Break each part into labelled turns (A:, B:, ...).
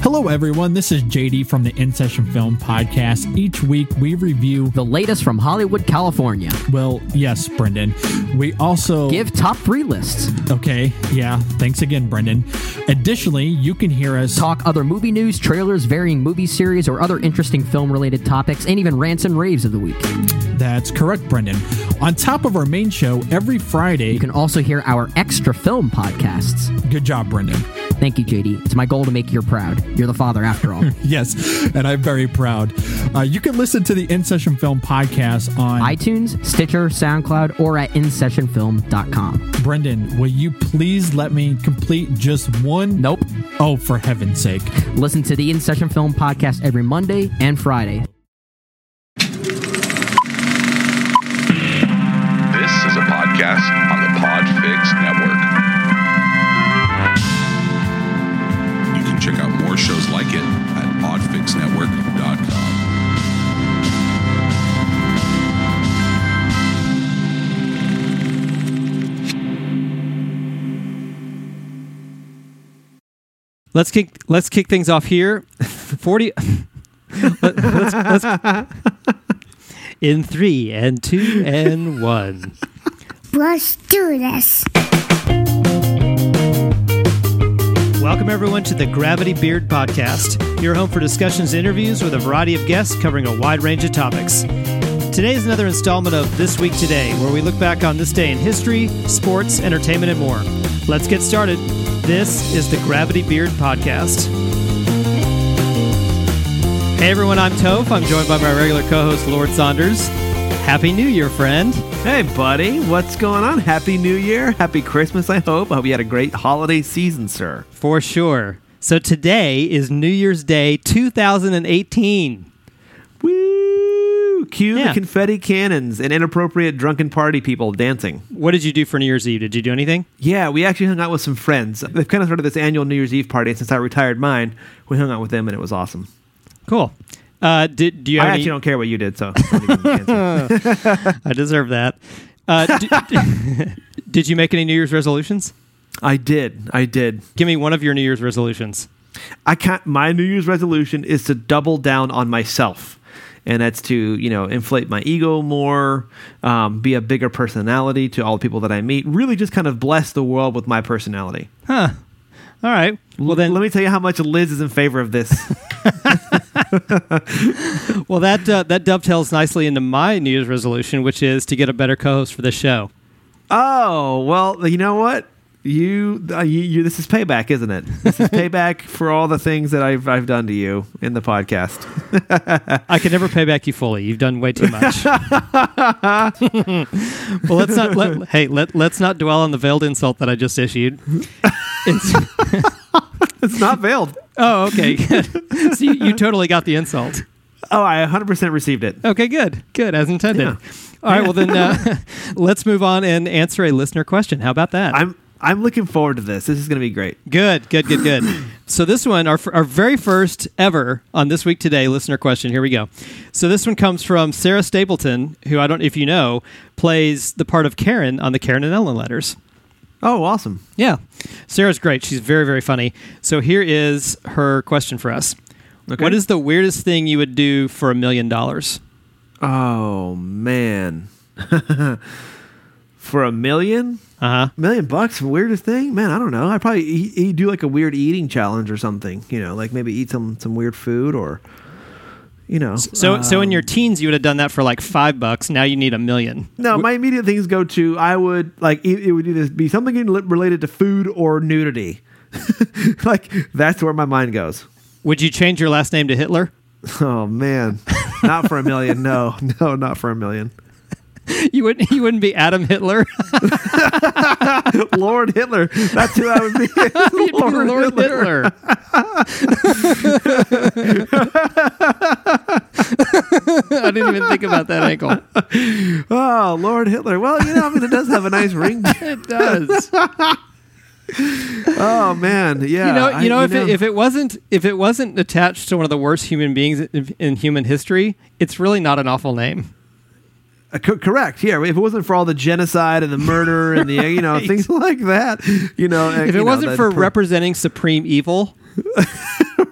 A: Hello, everyone. This is JD from the In Session Film Podcast. Each week, we review.
B: The latest from Hollywood, California.
A: Well, yes, Brendan. We also
B: Give top three lists.
A: Okay, yeah. Thanks again, Brendan. Additionally, you can hear us
B: Talk other movie news, trailers, varying movie series, or other interesting film related topics, and even rants and raves of the week.
A: That's correct, Brendan. On top of our main show, every Friday.
B: You can also hear our extra film podcasts.
A: Good job, Brendan.
B: Thank you, JD. It's my goal to make you proud. You're the father after all.
A: Yes, and I'm very proud. Uh, you can listen to the In Session Film Podcast on.
B: iTunes, Stitcher, SoundCloud, or at InSessionFilm.com.
A: Brendan, will you please let me complete just one?
B: Nope.
A: Oh, for heaven's sake.
B: Listen to the In Session Film podcast every Monday and Friday.
C: This is a podcast on the Podfix Network. You can check out more shows like it at podfixnetwork.com.
D: Let's kick let's kick things off here. Forty. Let- let's- let's- in three and two and one.
E: Let's do this.
D: Welcome everyone to the Gravity Beard Podcast, your home for discussions, and interviews with a variety of guests covering a wide range of topics. Today is another installment of This Week Today, where we look back on this day in history, sports, entertainment, and more. Let's get started. This is the Gravity Beard Podcast. Hey everyone, I'm Toph. I'm joined by my regular co-host Lord Saunders. Happy New Year, friend.
F: Hey, buddy, what's going on? Happy New Year. Happy Christmas, I hope. I hope you had a great holiday season, sir.
D: For sure. So today is New Year's Day 2018.
F: Woo! Cue
D: Yeah.
F: the confetti cannons and inappropriate drunken party people dancing.
D: What did you do for New Year's Eve? Did you do anything?
F: Yeah, we actually hung out with some friends. They've kind of started this annual New Year's Eve party and since I retired mine. We hung out with them and it was awesome.
D: Cool. Uh, did do you?
F: I
D: have any-
F: actually don't care what you did, so. don't even answer.
D: I deserve that. Uh, d- d- did you make any New Year's resolutions?
F: I did. I did.
D: Give me one of your New Year's resolutions.
F: I can't. My New Year's resolution is to double down on myself, and that's to you know inflate my ego more, um, be a bigger personality to all the people that I meet. Really, just kind of bless the world with my personality.
D: All right. Well then,
F: Let me tell you how much Liz is in favor of this.
D: well that uh, that dovetails nicely into my New Year's resolution, which is to get a better co-host for the show.
F: oh well, you know what. You, uh, you, you, this is payback, isn't it? This is payback for all the things that I've I've done to you in the podcast.
D: I can never pay back you fully. You've done way too much. well, let's not. Let, hey, let, let's not dwell on the veiled insult that I just issued. It's,
F: It's not veiled.
D: oh, okay. Good. So you, you totally got the insult.
F: Oh, I 100% received it.
D: Okay, good, good, as intended.
F: Yeah.
D: All right. Well, then uh, let's move on and answer a listener question. How about that?
F: I'm I'm looking forward to this. This is going to be great.
D: Good, good, good, good. so this one, our, our very first ever on this week today listener question. Here we go. So this one comes from Sarah Stapleton, who I don't if you know plays the part of Karen on the Karen and Ellen letters.
F: Oh, awesome.
D: Yeah, Sarah's great. She's very very funny. So here is her question for us.
F: Okay.
D: What is the weirdest thing you would do for a million dollars?
F: Oh man. For a million?
D: Uh huh.
F: Million bucks? Weirdest thing? Man, I don't know. I probably eat, eat, do like a weird eating challenge or something. You know, like maybe eat some some weird food or, you know.
D: So
F: uh,
D: so in your teens you would have done that for like five bucks. Now you need a million.
F: no, my immediate things go to I would like it, it would either be something li- related to food or nudity. like that's where my mind goes.
D: Would you change your last name to Hitler?
F: Oh man, not for a million. No, no, not for a million.
D: You wouldn't. You wouldn't be Adam Hitler.
F: Lord Hitler. That's who I would be.
D: You'd be Lord, Hitler. I didn't even think about that ankle.
F: Oh, Lord Hitler. Well, you know, I mean, it does have a nice ring.
D: It does.
F: Oh man, yeah.
D: you know.
F: I-
D: You know. if It, if it wasn't if it wasn't attached to one of the worst human beings in, in human history, it's really not an awful name.
F: Uh, co- correct, yeah. If it wasn't for all the genocide and the murder and the you know things like that, you know,
D: If it wasn't for representing supreme evil,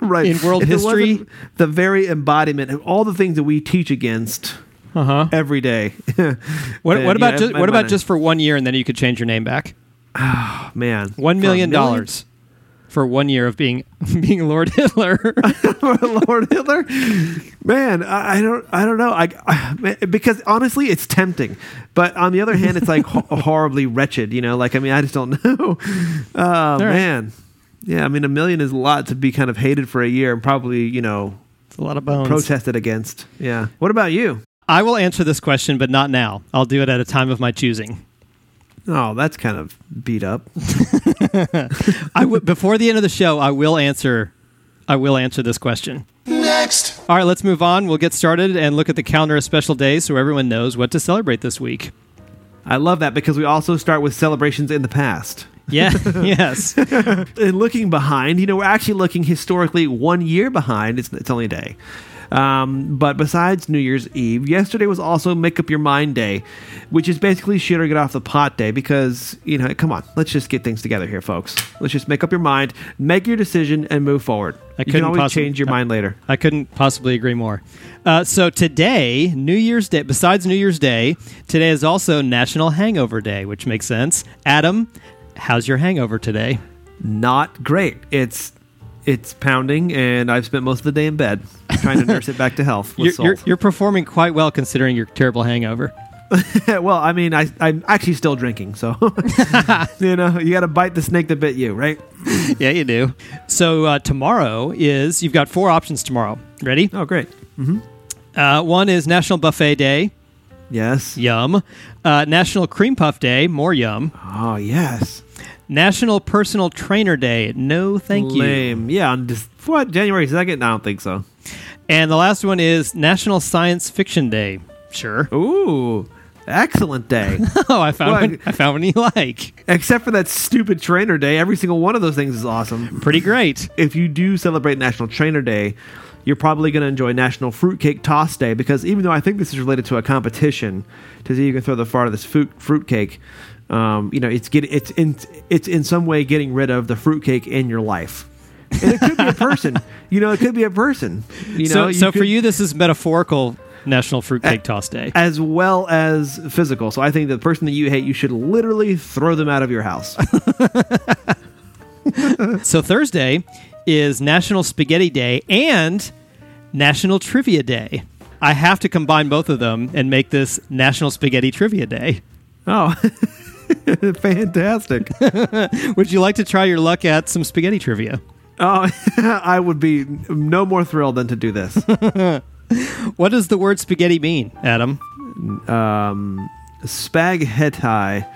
F: right
D: in world
F: If it wasn't
D: history.
F: the very embodiment of all the things that we teach against
D: Uh huh.
F: every day. what,
D: What, what about just, what about just for one year and then you could change your name back?
F: man
D: One
F: For a
D: million dollars for one year of being being Lord Hitler.
F: Lord Hitler. Man, I, I don't, I don't know. I, I man, because honestly, it's tempting, but on the other hand, it's like ho- horribly wretched. You know, like I mean, I just don't know. Oh man, yeah. I mean, a million is a lot to be kind of hated for a year and probably you know
D: It's a lot of bones.
F: protested against. Yeah. What about you?
D: I will answer this question, but not now. I'll do it at a time of my choosing.
F: Oh, that's kind of beat up.
D: I w- before the end of the show, I will answer. I will answer this question. Next. All right, let's move on. We'll get started and look at the calendar of special days so everyone knows what to celebrate this week.
F: I love that because we also start with celebrations in the past.
D: Yeah. yes.
F: and uh, looking behind, you know, we're actually looking historically one year behind. It's, it's only a day. Um, but besides New Year's Eve, yesterday was also Make Up Your Mind Day, which is basically shit or get off the pot day because, you know, come on, let's just get things together here, folks. Let's just make up your mind, make your decision, and move forward.
D: I
F: you
D: couldn't
F: can always
D: possi-
F: change your mind later.
D: I couldn't possibly agree more. Uh, so today, New Year's Day. Besides New Year's Day, today is also National Hangover Day, which makes sense. Adam, how's your hangover today?
F: Not great. It's it's pounding, and I've spent most of the day in bed trying to nurse it back to health. With
D: You're, you're,
F: salt.
D: you're performing quite well considering your terrible hangover.
F: well, I mean, I, I'm actually still drinking, so you know, you got to bite the snake that bit you, right?
D: yeah, you do. So uh, tomorrow is you've got four options tomorrow. Ready?
F: Oh, great.
D: Uh, one is National Buffet Day.
F: Yes.
D: Yum. Uh, National Cream Puff Day. More yum.
F: Oh, yes.
D: National Personal Trainer Day. No, thank you.
F: Lame. Yeah. On just, what January second? I don't think so.
D: And the last one is National Science Fiction Day. Sure.
F: Ooh, excellent day.
D: Oh, I found
F: Well,
D: one. I found one you like.
F: Except for that stupid trainer day. Every single one of those things is awesome.
D: Pretty great.
F: If you do celebrate National Trainer Day. You're probably going to enjoy National Fruitcake Toss Day because even though I think this is related to a competition to see who can throw the farthest fruit fruitcake, um, you know, it's get it's in it's in some way getting rid of the fruitcake in your life. And it could be a person, you know, it could be a person. You know,
D: so, so for
F: could-
D: you, this is metaphorical National Fruitcake Toss Day.
F: as well as physical. So I think the person that you hate, you should literally throw them out of your house.
D: So Thursday is National Spaghetti Day and National Trivia Day. I have to combine both of them and make this National Spaghetti Trivia Day.
F: oh, fantastic!
D: Would you like to try your luck at some spaghetti trivia?
F: Oh, I would be no more thrilled than to do this.
D: What does the word spaghetti mean, Adam?
F: Um, spag hetai.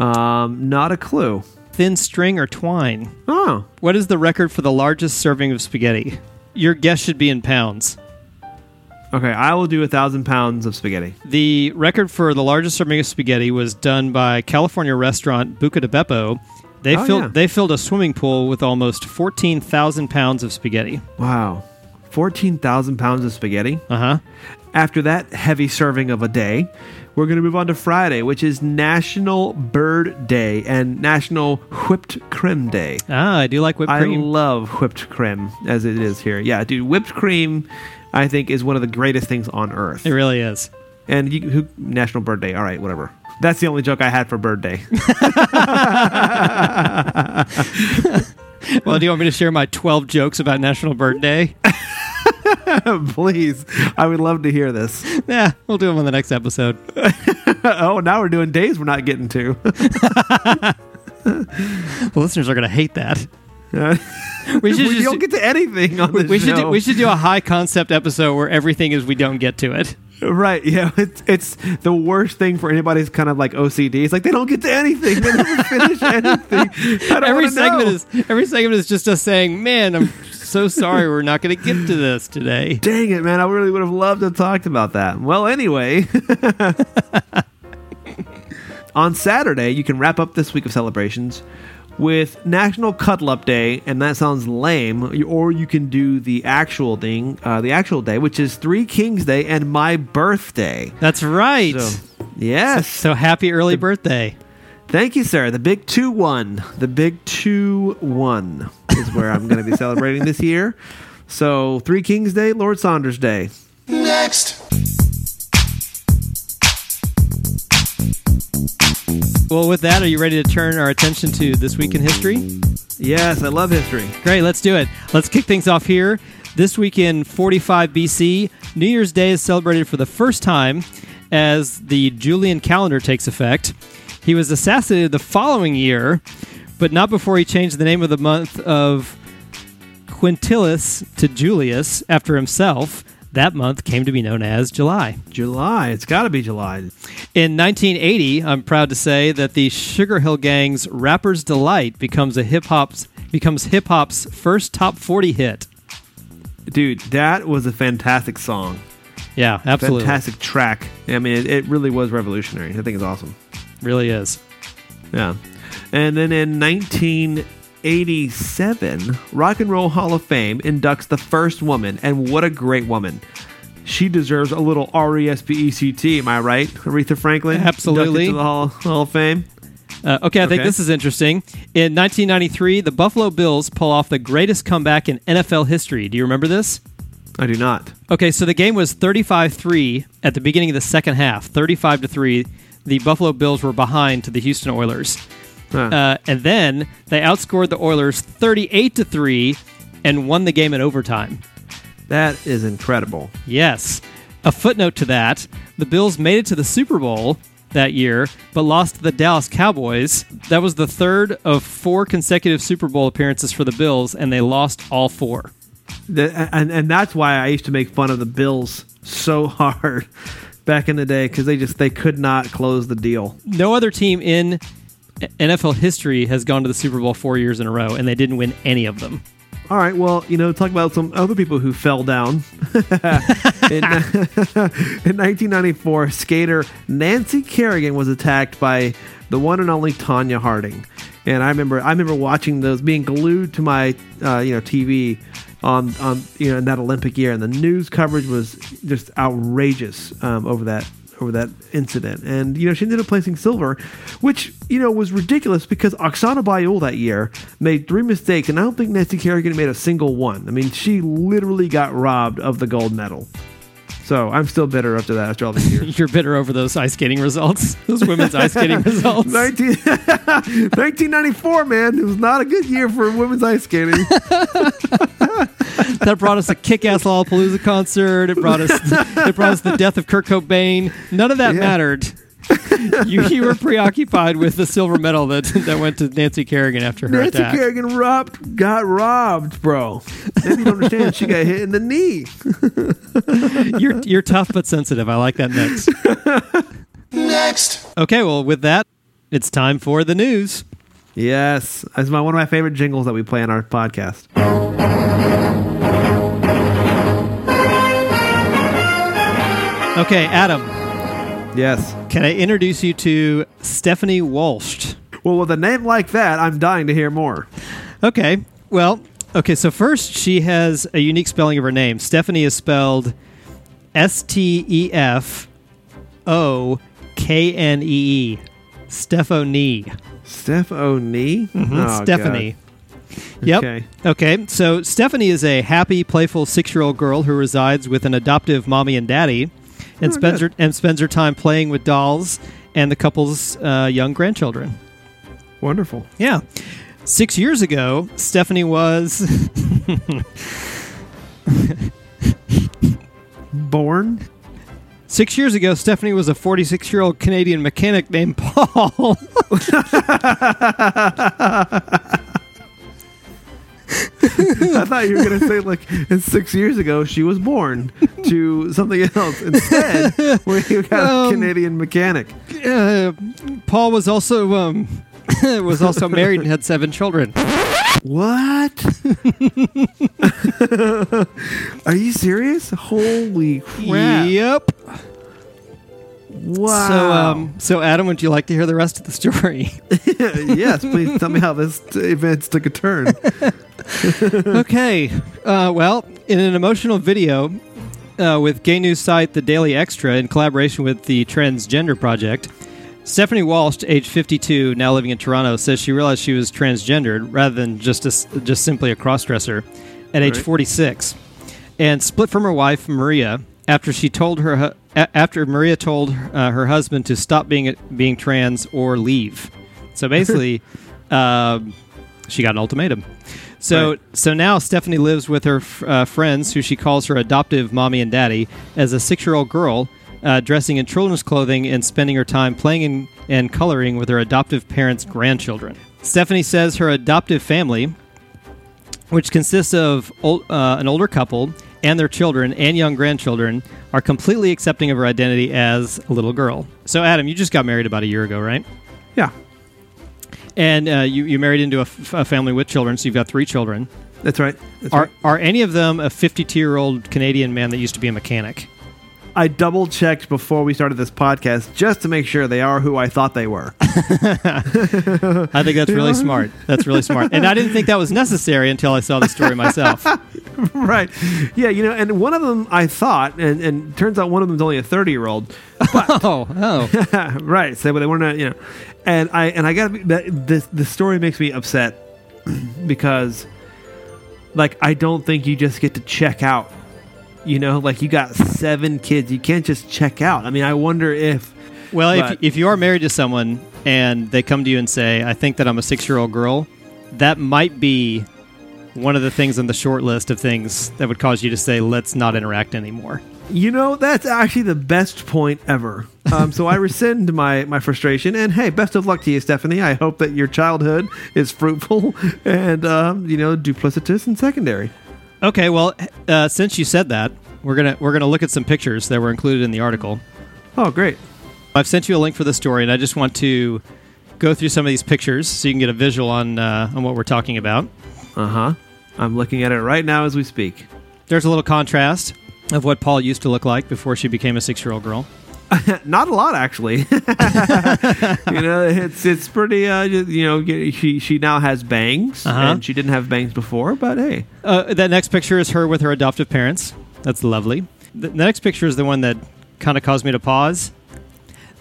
F: Um, not a clue.
D: Thin string or twine?
F: Oh,
D: What is the record for the largest serving of spaghetti? Your guess should be in pounds.
F: okay. I will do a thousand pounds of spaghetti.
D: The record for the largest serving of spaghetti was done by California restaurant Buca di Beppo. They
F: Oh,
D: filled
F: yeah.
D: they filled a swimming pool with almost fourteen thousand pounds of spaghetti.
F: Wow, fourteen thousand pounds of spaghetti.
D: Uh huh.
F: After that heavy serving of a day, we're going to move on to Friday, which is National Bird Day and National Whipped Cream Day.
D: Ah, I do like whipped
F: I
D: cream.
F: love whipped cream as it is here. Yeah, dude, whipped cream I think is one of the greatest things on earth.
D: it really is.
F: And you, who, National Bird Day. All right, whatever. That's the only joke I had for Bird Day.
D: Well, do you want me to share my twelve jokes about National Bird Day?
F: Please, I would love to hear this.
D: yeah, we'll do them on the next episode.
F: Oh, now we're doing days we're not getting to.
D: The listeners are going to hate that. we should
F: we
D: just-
F: don't get to anything on
D: we-
F: this
D: we should
F: show.
D: do, we should do a high concept episode where everything is we don't get to it.
F: Right. Yeah. It's it's the worst thing for anybody's kind of like OCD. It's like they don't get to anything. They never finish anything. I don't
D: every
F: wanna
D: segment
F: know.
D: is every segment is just us saying, "Man, I'm so sorry we're not going to get to this today."
F: Dang it, man! I really would have loved to have talked about that. Well, anyway. On Saturday, you can wrap up this week of celebrations with National Cuddle Up Day, and that sounds lame. Or you can do the actual thing, uh, the actual day, which is Three Kings Day and my birthday.
D: That's right.
F: So,
D: So,
F: yes.
D: happy early birthday.
F: Thank you, sir. The big two one. The big two one. is where I'm going to be celebrating this year. So, Three Kings Day, Lord Saunders Day.
D: Well, with that, are you ready to turn our attention to this week in history?
F: Yes, I love history.
D: Great, let's do it. Let's kick things off here. This week in 45 BC, New Year's Day is celebrated for the first time as the Julian calendar takes effect. He was assassinated the following year, but not before he changed the name of the month of Quintilis to Julius after himself. That month came to be known as July.
F: July. It's got to be July.
D: In 1980, I'm proud to say that the Sugar Hill Gang's "Rapper's Delight" becomes a hip hop's becomes hip hop's first top 40 hit.
F: Dude, that was a fantastic song.
D: Yeah, absolutely,
F: Fantastic track. I mean, it, it really was revolutionary. I think it's awesome.
D: really is.
F: Yeah. And then in 1987, Rock and Roll Hall of Fame inducts the first woman, and what a great woman. She deserves a little E R-E-S-P-E-C-T, am I right? Aretha Franklin? inducted
D: Absolutely.
F: To the Hall, Hall of Fame.
D: Uh, okay, I think
F: Okay.
D: this is interesting. In 1993, the Buffalo Bills pull off the greatest comeback in NFL history. Do you remember this?
F: I do not.
D: Okay, so the game was 35-3 at the beginning of the second half. 35 to 3, the Buffalo Bills were behind to the Houston Oilers.
F: Huh.
D: Uh, and then they outscored the Oilers 38 to 3 and won the game in overtime.
F: that is incredible.
D: Yes. A footnote to that, the Bills made it to the Super Bowl that year but lost to the Dallas Cowboys. That was the third of four consecutive Super Bowl appearances for the Bills and they lost all four.
F: That, and, and that's why I used to make fun of the Bills so hard back in the day because they just they could not close the deal.
D: No other team in NFL history has gone to the Super Bowl 4 years in a row and they didn't win any of them.
F: All right, well, you know, talk about some other people who fell down. in, in 1994, skater Nancy Kerrigan was attacked by the one and only Tanya Harding, and I remember I remember watching those being glued to my uh, you know TV on on you know in that Olympic year, and the news coverage was just outrageous um, over that over that incident. And you know, she ended up placing silver, which you know was ridiculous because Oksana Bayul that year made three mistakes, and I don't think Nancy Kerrigan made a single one. I mean, she literally got robbed of the gold medal. So I'm still bitter after that after all these years.
D: You're bitter over those ice skating results, those women's ice skating results.
F: 19, 1994, man. It was not a good year for women's ice skating.
D: that brought us a kick-ass Lollapalooza concert. It brought us it brought us the death of Kurt Cobain. None of that
F: Yeah.
D: mattered. you, you were preoccupied with the silver medal that that went to Nancy Kerrigan after her
F: Nancy
D: attack.
F: Kerrigan robbed, got robbed, bro. Maybe you don't understand. She got hit in the knee.
D: You're you're tough but sensitive. I like that next. next. Okay, well with that, it's time for the news.
F: Yes, that's my one of my favorite jingles that we play on our podcast.
D: Okay, Adam,
F: Yes.
D: can I introduce you to Stephanie Walsh?
F: Well, with a name like that, I'm dying to hear more.
D: Okay. Well, okay. So first, she has a unique spelling of her name. Stephanie is spelled S T E F O K N E E. Stephanie.
F: Steph O'Nee? Oh,
D: Stephanie.
F: God.
D: Yep.
F: Okay.
D: okay. So Stephanie is a happy, playful six-year-old girl who resides with an adoptive mommy and daddy,
F: Oh,
D: and spends her and spends her time playing with dolls and the couple's uh, young grandchildren.
F: Wonderful.
D: Yeah. Six years ago, Stephanie was.
F: Born?
D: Six years ago, Stephanie was a 46 year old Canadian mechanic named Paul.
F: I thought you were going to say, like, and six years ago, she was born to something else. Instead, we got a
D: Um,
F: Canadian mechanic.
D: Uh, Paul was also um, was also married and had seven children.
F: What? Are you serious? Holy crap.
D: Yep.
F: Wow.
D: So, um, so Adam, would you like to hear the rest of the story?
F: yes, please tell me how this t- events took a turn.
D: okay. Uh, well, in an emotional video uh, with gay news site The Daily Extra in collaboration with the Transgender Project, Stephanie Walsh, age 52, now living in Toronto, says she realized she was transgendered rather than just a, just simply a crossdresser at age
F: Right.
D: 46, and split from her wife Maria after she told her hu- a- after Maria told uh, her husband to stop being being trans or leave. So basically, um, she got an ultimatum. So
F: Right.
D: so now Stephanie lives with her f- uh, friends, who she calls her adoptive mommy and daddy, as a six year old girl, uh, dressing in children's clothing and spending her time playing and, and coloring with her adoptive parents' grandchildren. Stephanie says her adoptive family, which consists of ol- uh, an older couple and their children and young grandchildren, are completely accepting of her identity as a little girl. So, Adam, you just got married about a year ago, right?
F: Yeah,
D: And uh, you, you married into a, f- a family with children, so you've got three children.
F: that's right. That's
D: Are,
F: right.
D: are any of them a 52 year old Canadian man that used to be a mechanic?
F: I double checked before we started this podcast just to make sure they are who I thought they were.
D: I think that's really smart. That's really smart. And I didn't think that was necessary until I saw the story myself.
F: right. Yeah, you know, and one of them I thought, and, and turns out one of them's only a 30 year old.
D: Oh, oh.
F: right. So they were not, you know. And I and I got that this the story makes me upset because like I don't think you just get to check out. You know, like you got seven kids. You can't just check out. I mean, I wonder if
D: Well, if,
F: But-
D: if you are married to someone and they come to you and say, I think that I'm a six year old girl, that might be one of the things on the short list of things that would cause you to say, let's not interact anymore.
F: You know, that's actually the best point ever. Um, so I rescind my, my frustration. And hey, best of luck to you, Stephanie. I hope that your childhood is fruitful and, um, you know, duplicitous and secondary.
D: Okay, well, uh, since you said that, we're gonna we're gonna look at some pictures that were included in the article.
F: Oh, great.
D: I've sent you a link for the story, and I just want to go through some of these pictures so you can get a visual on uh, on what we're talking about.
F: Uh huh. I'm looking at it right now as we speak.
D: There's a little contrast of what Paul used to look like before she became a six year old girl.
F: Not a lot, actually. you know, it's it's pretty. Uh, you know, she she now has bangs,
D: Uh-huh.
F: and she didn't have bangs before. But hey,
D: Uh, that next picture is her with her adoptive parents. That's lovely. The, the next picture is the one that kind of caused me to pause.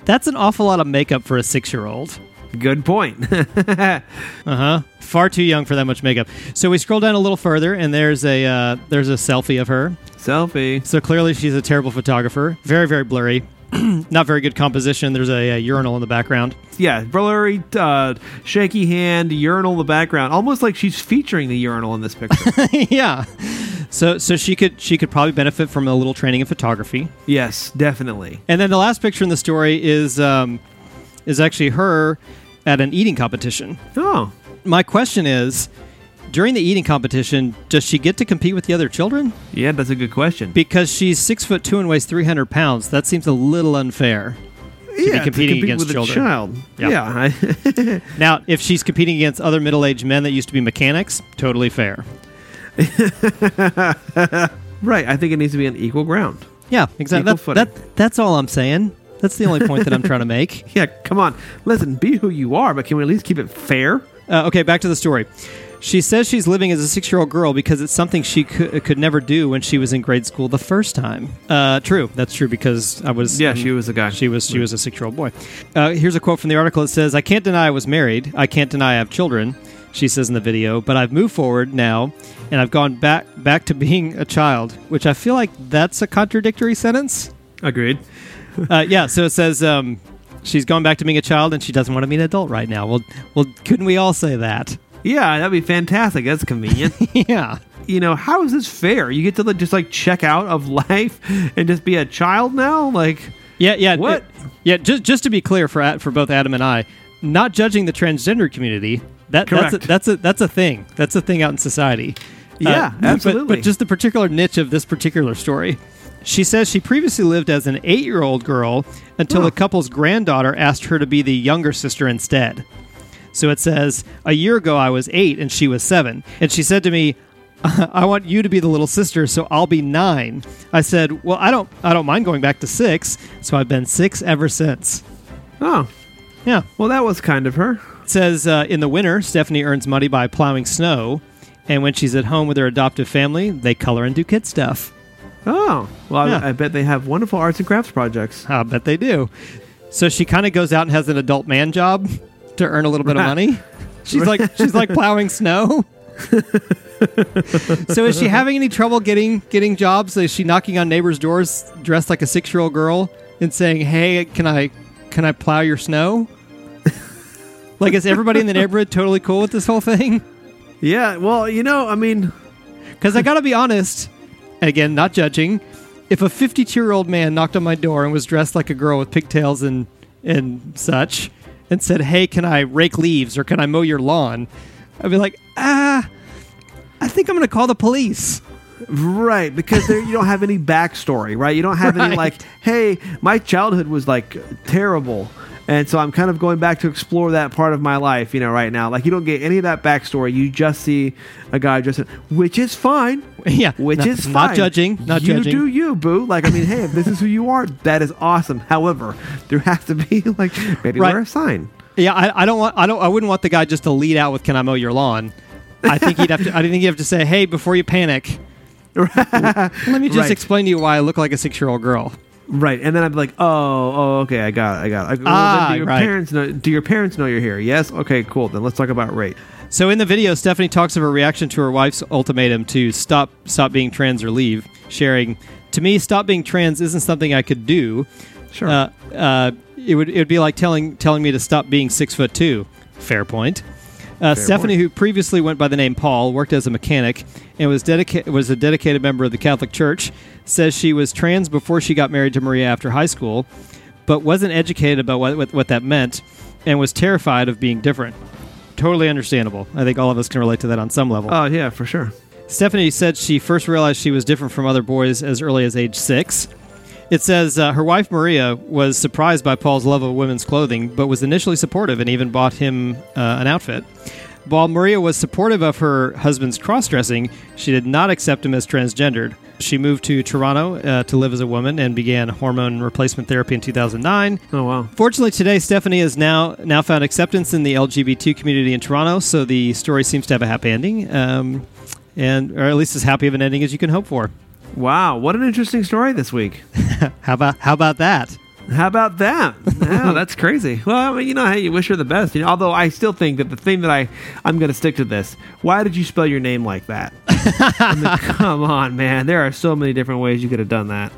D: That's an awful lot of makeup for a six year old.
F: good point.
D: Uh huh. Far too young for that much makeup. So we scroll down a little further, and there's a uh, there's a selfie of her.
F: Selfie.
D: So clearly she's a terrible photographer. Very very blurry. Not very good composition. There's a, a urinal in the background.
F: Yeah, blurry, uh, shaky hand, urinal in the background. Almost like she's featuring the urinal in this picture.
D: yeah. So so she could she could probably benefit from a little training in photography.
F: yes, definitely.
D: And then the last picture in the story is um, is actually her at an eating competition.
F: Oh,
D: My question is, during the eating competition, does she get to compete with the other children?
F: yeah, that's a good question.
D: Because she's six foot two and weighs three hundred pounds. That seems a little unfair.
F: yeah,
D: be competing
F: compete
D: against
F: with
D: children.
F: a child.
D: Yeah.
F: Yeah,
D: Now, if she's competing against other middle aged men that used to be mechanics, totally fair.
F: right. I think it needs to be on equal ground.
D: Yeah, exactly.
F: Equal
D: That,
F: footing.
D: that- that's all I'm saying. That's the only point that I'm trying to make.
F: Yeah, come on. Listen, be who you are, but can we at least keep it fair?
D: Uh, okay, back to the story. She says she's living as a six year old girl because it's something she could, could never do when she was in grade school the first time. Uh, true. That's true because I was.
F: Yeah, she was a guy.
D: She was she was a six year old boy. Uh, here's a quote from the article. It says, "I can't deny I was married. I can't deny I have children." She says in the video, "But I've moved forward now, and I've gone back back to being a child, which I feel like that's a contradictory sentence."
F: Agreed.
D: Uh, yeah. So it says um, she's gone back to being a child, and she doesn't want to be an adult right now. Well, well, couldn't we all say that?
F: Yeah, that'd be fantastic. That's convenient.
D: yeah.
F: you know, how is this fair? You get to like, just like check out of life and just be a child now? Like,
D: Yeah, yeah.
F: What?
D: it- yeah, just just to be clear for a- for both Adam and I, not judging the transgender community. That that's a,
F: Correct.
D: that's a that's a thing. That's a thing out in society.
F: Yeah,
D: Uh, but- But,
F: absolutely.
D: just the particular niche of this particular story. She says she previously lived as an eight-year-old girl until the couple's granddaughter asked her to be the younger sister instead. So it says, a year ago I was eight and she was seven. And she said to me, I want you to be the little sister, so I'll be nine. I said, Well, I don't I don't mind going back to six, so I've been six ever since.
F: oh,
D: Yeah.
F: well, that was kind of her.
D: It says uh, in the winter, Stephanie earns money by plowing snow, and when she's at home with her adoptive family, they color and do kid stuff.
F: Oh, well,
D: Yeah.
F: I, I bet they have wonderful arts and crafts projects.
D: I bet they do. So she kind of goes out and has an adult man job to earn a little bit of money. She's like she's like plowing snow. so is she having any trouble getting getting jobs? Is she knocking on neighbors' doors dressed like a six year old girl and saying, "Hey, can I can I plow your snow?" like is everybody in the neighborhood totally cool with this whole thing?
F: Yeah, well, you know, I mean,
D: Because I gotta be honest, again, not judging. If a 52 year old man knocked on my door and was dressed like a girl with pigtails and and such, and said, "Hey, can I rake leaves or can I mow your lawn?" I'd be like, "Ah, I think I'm gonna call the police."
F: right? Because there, you don't have any backstory, right? You don't have any
D: Right.
F: like, hey, my childhood was like terrible, and so I'm kind of going back to explore that part of my life, you know, right now. Like, you don't get any of that backstory. You just see a guy dressed, which is fine,
D: yeah,
F: which
D: not,
F: is fine.
D: not judging, not
F: you
D: judging.
F: do you, boo. Like, I mean, hey, if this is who you are, that is awesome. However, there has to be like maybe
D: Right.
F: wear a sign.
D: Yeah, I, I don't want. I don't. I wouldn't want the guy just to lead out with "Can I mow your lawn?" I think he'd have to. I think you have to say, "Hey, before you panic, let me just
F: Right.
D: explain to you why I look like a six-year-old girl."
F: Right, and then I'd be like, "Oh, oh, okay, I got, it, I got." It. I go, well,
D: Ah,
F: then do your
D: right.
F: parents know? Do your parents know you're here? Yes. Okay, cool. Then let's talk about rape.
D: So in the video, Stephanie talks of her reaction to her wife's ultimatum to stop stop being trans or leave, sharing, "To me, stop being trans isn't something I could do.
F: Sure.
D: Uh, uh, it would it would be like telling telling me to stop being six foot two. Fair point. Uh, Stephanie,
F: point.
D: who previously went by the name Paul, worked as a mechanic and was dedica- was a dedicated member of the Catholic Church. Says she was trans before she got married to Maria after high school, but wasn't educated about what what, what that meant, and was terrified of being different. Totally understandable. I think all of us can relate to that on some level.
F: oh yeah, for sure.
D: Stephanie said she first realized she was different from other boys as early as age six. It says uh, her wife Maria was surprised by Paul's love of women's clothing, but was initially supportive and even bought him uh, an outfit. While Maria was supportive of her husband's cross dressing, she did not accept him as transgendered. She moved to Toronto uh, to live as a woman and began hormone replacement therapy in 2009.
F: Oh wow.
D: Fortunately, today Stephanie has now now found acceptance in the LGBT community in Toronto, so the story seems to have a happy ending, um, and or at least as happy of an ending as you can hope for.
F: Wow, what an interesting story this week.
D: How about how about that?
F: How about that? Wow, that's crazy. Well, I mean, you know, hey, you wish her the best. You know, although I still think that the thing that I I'm going to stick to this. Why did you spell your name like that? I mean, come on, man. There are so many different ways you could have done that.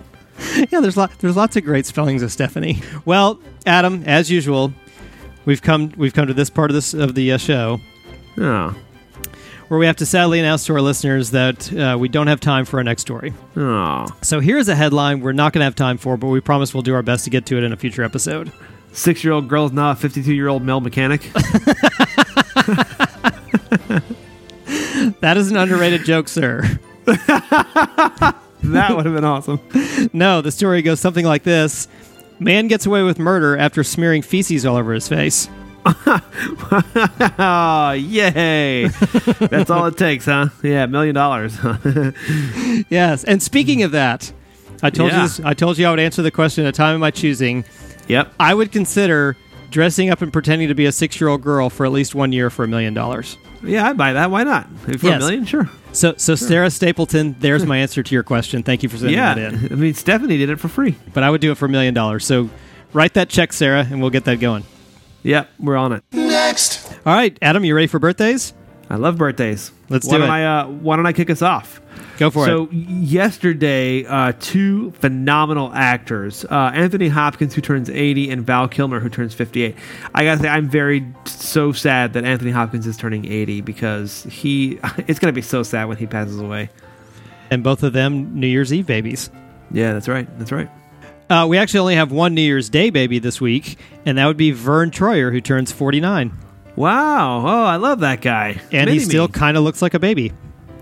D: yeah, there's lot there's lots of great spellings of Stephanie. Well, Adam, as usual, we've come we've come to this part of this of the uh, show
F: Oh,
D: where we have to sadly announce to our listeners that uh, we don't have time for our next story.
F: oh.
D: So here's a headline we're not going to have time for, but we promise we'll do our best to get to it in a future episode.
F: Six year old girl's now a 52 year old male mechanic.
D: That is an underrated joke, sir.
F: that would have been awesome.
D: No, the story goes something like this Man gets away with murder after smearing feces all over his face.
F: Oh, yay. That's all it takes, huh? Yeah, million dollars.
D: Yes. And speaking of that, I told you
F: Mm. Yeah.
D: this, I told you I would answer the question at a time of my choosing.
F: yep.
D: I would consider dressing up and pretending to be a six year old girl for at least one year for a million dollars.
F: Yeah, I buy that. Why not? If For
D: Yes.
F: a million, sure.
D: So so Sarah Stapleton, there's my answer to your question. Thank you for sending
F: Yeah.
D: that
F: I
D: in.
F: mean, Stephanie did it for free.
D: But I would do it for a million dollars. So write that check, Sarah, and we'll get that going.
F: Yep, we're on it.
D: All right, Adam, you ready for birthdays?
F: I love birthdays.
D: Let's
F: why
D: do
F: don't
D: it.
F: I, uh, why don't I kick us off?
D: Go for
F: so
D: it.
F: yesterday, uh, two phenomenal actors, uh, Anthony Hopkins, who turns 80, and Val Kilmer, who turns 58. I gotta say, I'm very so sad that Anthony Hopkins is turning 80 because he, it's gonna be so sad when he passes away.
D: And both of them New Year's Eve babies.
F: Yeah, that's right. That's right.
D: Uh, we actually only have one New Year's Day baby this week, and that would be Vern Troyer, who turns 49.
F: Wow. Oh, I love that guy.
D: And he
F: Mini-me.
D: still kind of looks like a baby.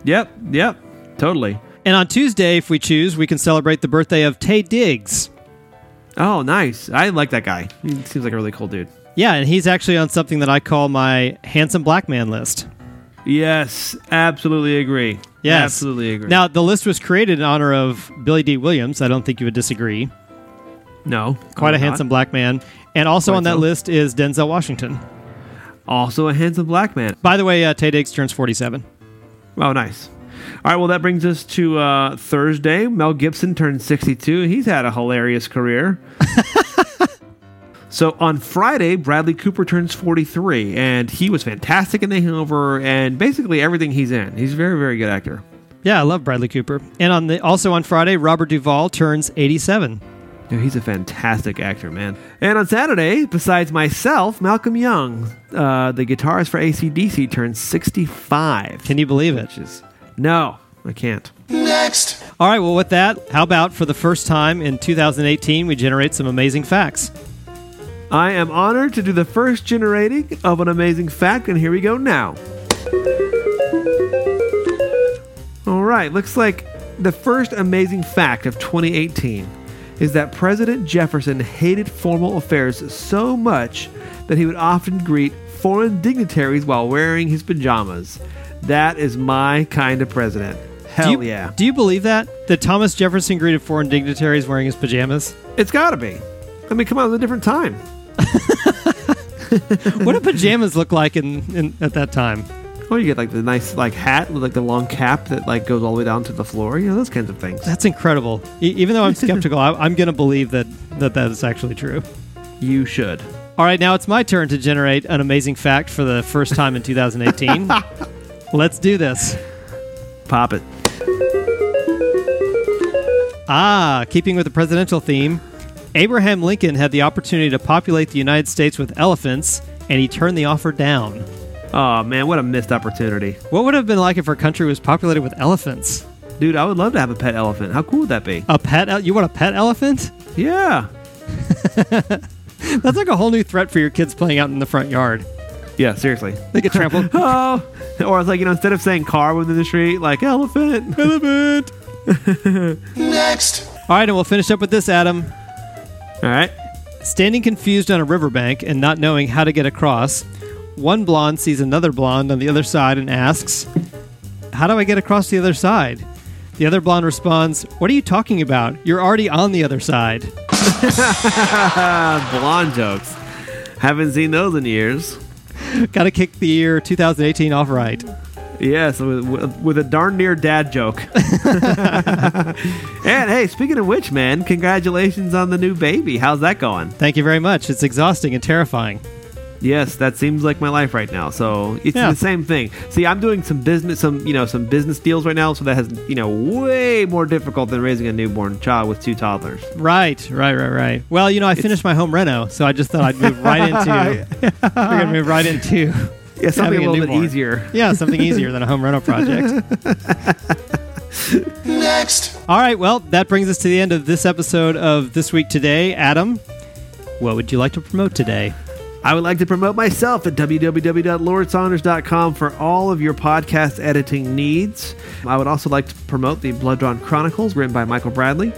F: Yep. Yep. Totally.
D: And on Tuesday, if we choose, we can celebrate the birthday of Tay Diggs.
F: Oh, nice. I like that guy. He seems like a really cool dude.
D: Yeah, and he's actually on something that I call my handsome black man list.
F: Yes, absolutely agree.
D: Yes.
F: absolutely agree.
D: Now, the list was created in honor of Billy D. Williams. I don't think you would disagree.
F: no,
D: Quite a
F: I'm not.
D: handsome black man. And also
F: Quite
D: on that
F: so.
D: list is Denzel Washington.
F: Also a handsome black man.
D: By the way, uh, Tay Diggs turns 47.
F: Oh, nice. All right, well, that brings us to uh, Thursday. Mel Gibson turned 62. He's had a hilarious career. So on Friday, Bradley Cooper turns 43, and he was fantastic in The Hangover and basically everything he's in. He's a very, very good actor.
D: Yeah, I love Bradley Cooper. And on the also on Friday, Robert Duvall turns 87.
F: Yeah, he's a fantastic actor, man. And on Saturday, besides myself, Malcolm Young, uh, the guitarist for ACDC, turns 65.
D: Can you believe it?
F: Which is- no, I can't.
D: All right, well, with that, how about for the first time in 2018, we generate some amazing facts?
F: I am honored to do the first generating of an amazing fact, and here we go now. All right, looks like the first amazing fact of 2018 is that President Jefferson hated formal affairs so much that he would often greet foreign dignitaries while wearing his pajamas. That is my kind of president. Hell
D: do you,
F: yeah.
D: Do you believe that? That Thomas Jefferson greeted foreign dignitaries wearing his pajamas?
F: It's gotta be. I mean, come on, it's a different time.
D: What did pajamas look like in, in at that time?
F: Oh, you get like the nice like hat with like the long cap that like goes all the way down to the floor. You know those kinds of things.
D: That's incredible. E- even though I'm skeptical, I, I'm going to believe that, that that is actually true.
F: You should.
D: All right, now it's my turn to generate an amazing fact for the first time in 2018. Let's do this.
F: Pop it.
D: Ah, keeping with the presidential theme, Abraham Lincoln had the opportunity to populate the United States with elephants, and he turned the offer down.
F: Oh man, what a missed opportunity,
D: What would it have been like if our country was populated with elephants?
F: dude. I would love to have a pet elephant. How cool would that be?
D: A pet? El- you want a pet elephant?
F: Yeah.
D: That's like a whole new threat for your kids playing out in the front yard.
F: Yeah. Seriously.
D: They get trampled.
F: Oh, or it's like you know instead of saying car within the street, like elephant, elephant.
D: All right, and we'll finish up with this, Adam.
F: All right.
D: Standing confused on a riverbank and not knowing how to get across, one blonde sees another blonde on the other side and asks, How do I get across the other side? The other blonde responds, What are you talking about? You're already on the other side.
F: Blonde jokes. Haven't seen those in years.
D: Gotta kick the year 2018 off right.
F: Yes, with, with a darn near dad joke. and hey, speaking of which, man, congratulations on the new baby. How's that going?
D: Thank you very much. It's exhausting and terrifying.
F: Yes, that seems like my life right now. So it's
D: Yeah.
F: the same thing. See, I'm doing some business, some you know, some business deals right now. So that has you know way more difficult than raising a newborn child with two toddlers.
D: Right, right, right, right. Well, you know, I finished my home reno, so I just thought I'd move right into. we're gonna move right into.
F: Yeah, something
D: having
F: a little bit
D: newborn.
F: easier.
D: Yeah, something easier than a home rental project. Next. All right, well, that brings us to the end of this episode of This Week Today. Adam, what would you like to promote today?
F: I would like to promote myself at www.lordsaunders.com for all of your podcast editing needs. I would also like to promote the Blood Drawn Chronicles, written by Michael Bradley.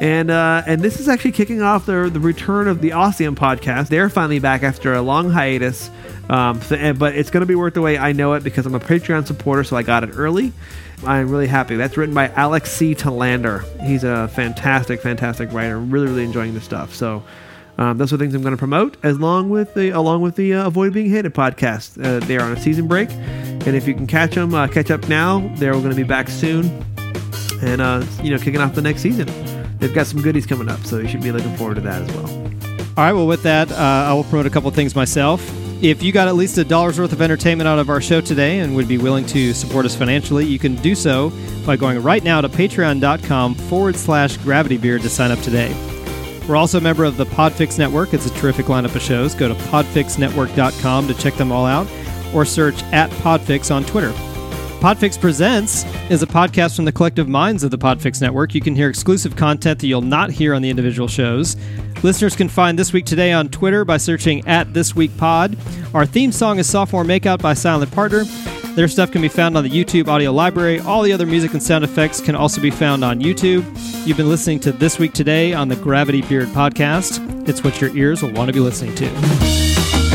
F: And uh, and this is actually kicking off the, the return of the Ossium podcast. They're finally back after a long hiatus, um, so- and- but it's going to be worth the wait. I know it because I'm a Patreon supporter, so I got it early. I'm really happy. That's written by Alex C. Talander. He's a fantastic, fantastic writer. Really, really enjoying this stuff. So um, those are things I'm going to promote, along with the along with the uh, Avoid Being Hated podcast. Uh, they are on a season break, and if you can catch them, uh, catch up now. They're going to be back soon, and uh, you know, kicking off the next season. They've got some goodies coming up, so you should be looking forward to that as well.
D: All right, well, with that, uh, I will promote a couple things myself. If you got at least a dollar's worth of entertainment out of our show today and would be willing to support us financially, you can do so by going right now to patreon.com forward slash gravitybeard to sign up today. We're also a member of the Podfix Network. It's a terrific lineup of shows. Go to podfixnetwork.com to check them all out or search at Podfix on Twitter. Podfix Presents is a podcast from the collective minds of the Podfix Network. You can hear exclusive content that you'll not hear on the individual shows. Listeners can find This Week Today on Twitter by searching at This Week Pod. Our theme song is Sophomore Makeout by Silent Partner. Their stuff can be found on the YouTube audio library. All the other music and sound effects can also be found on YouTube. You've been listening to This Week Today on the Gravity Beard Podcast. It's what your ears will want to be listening to.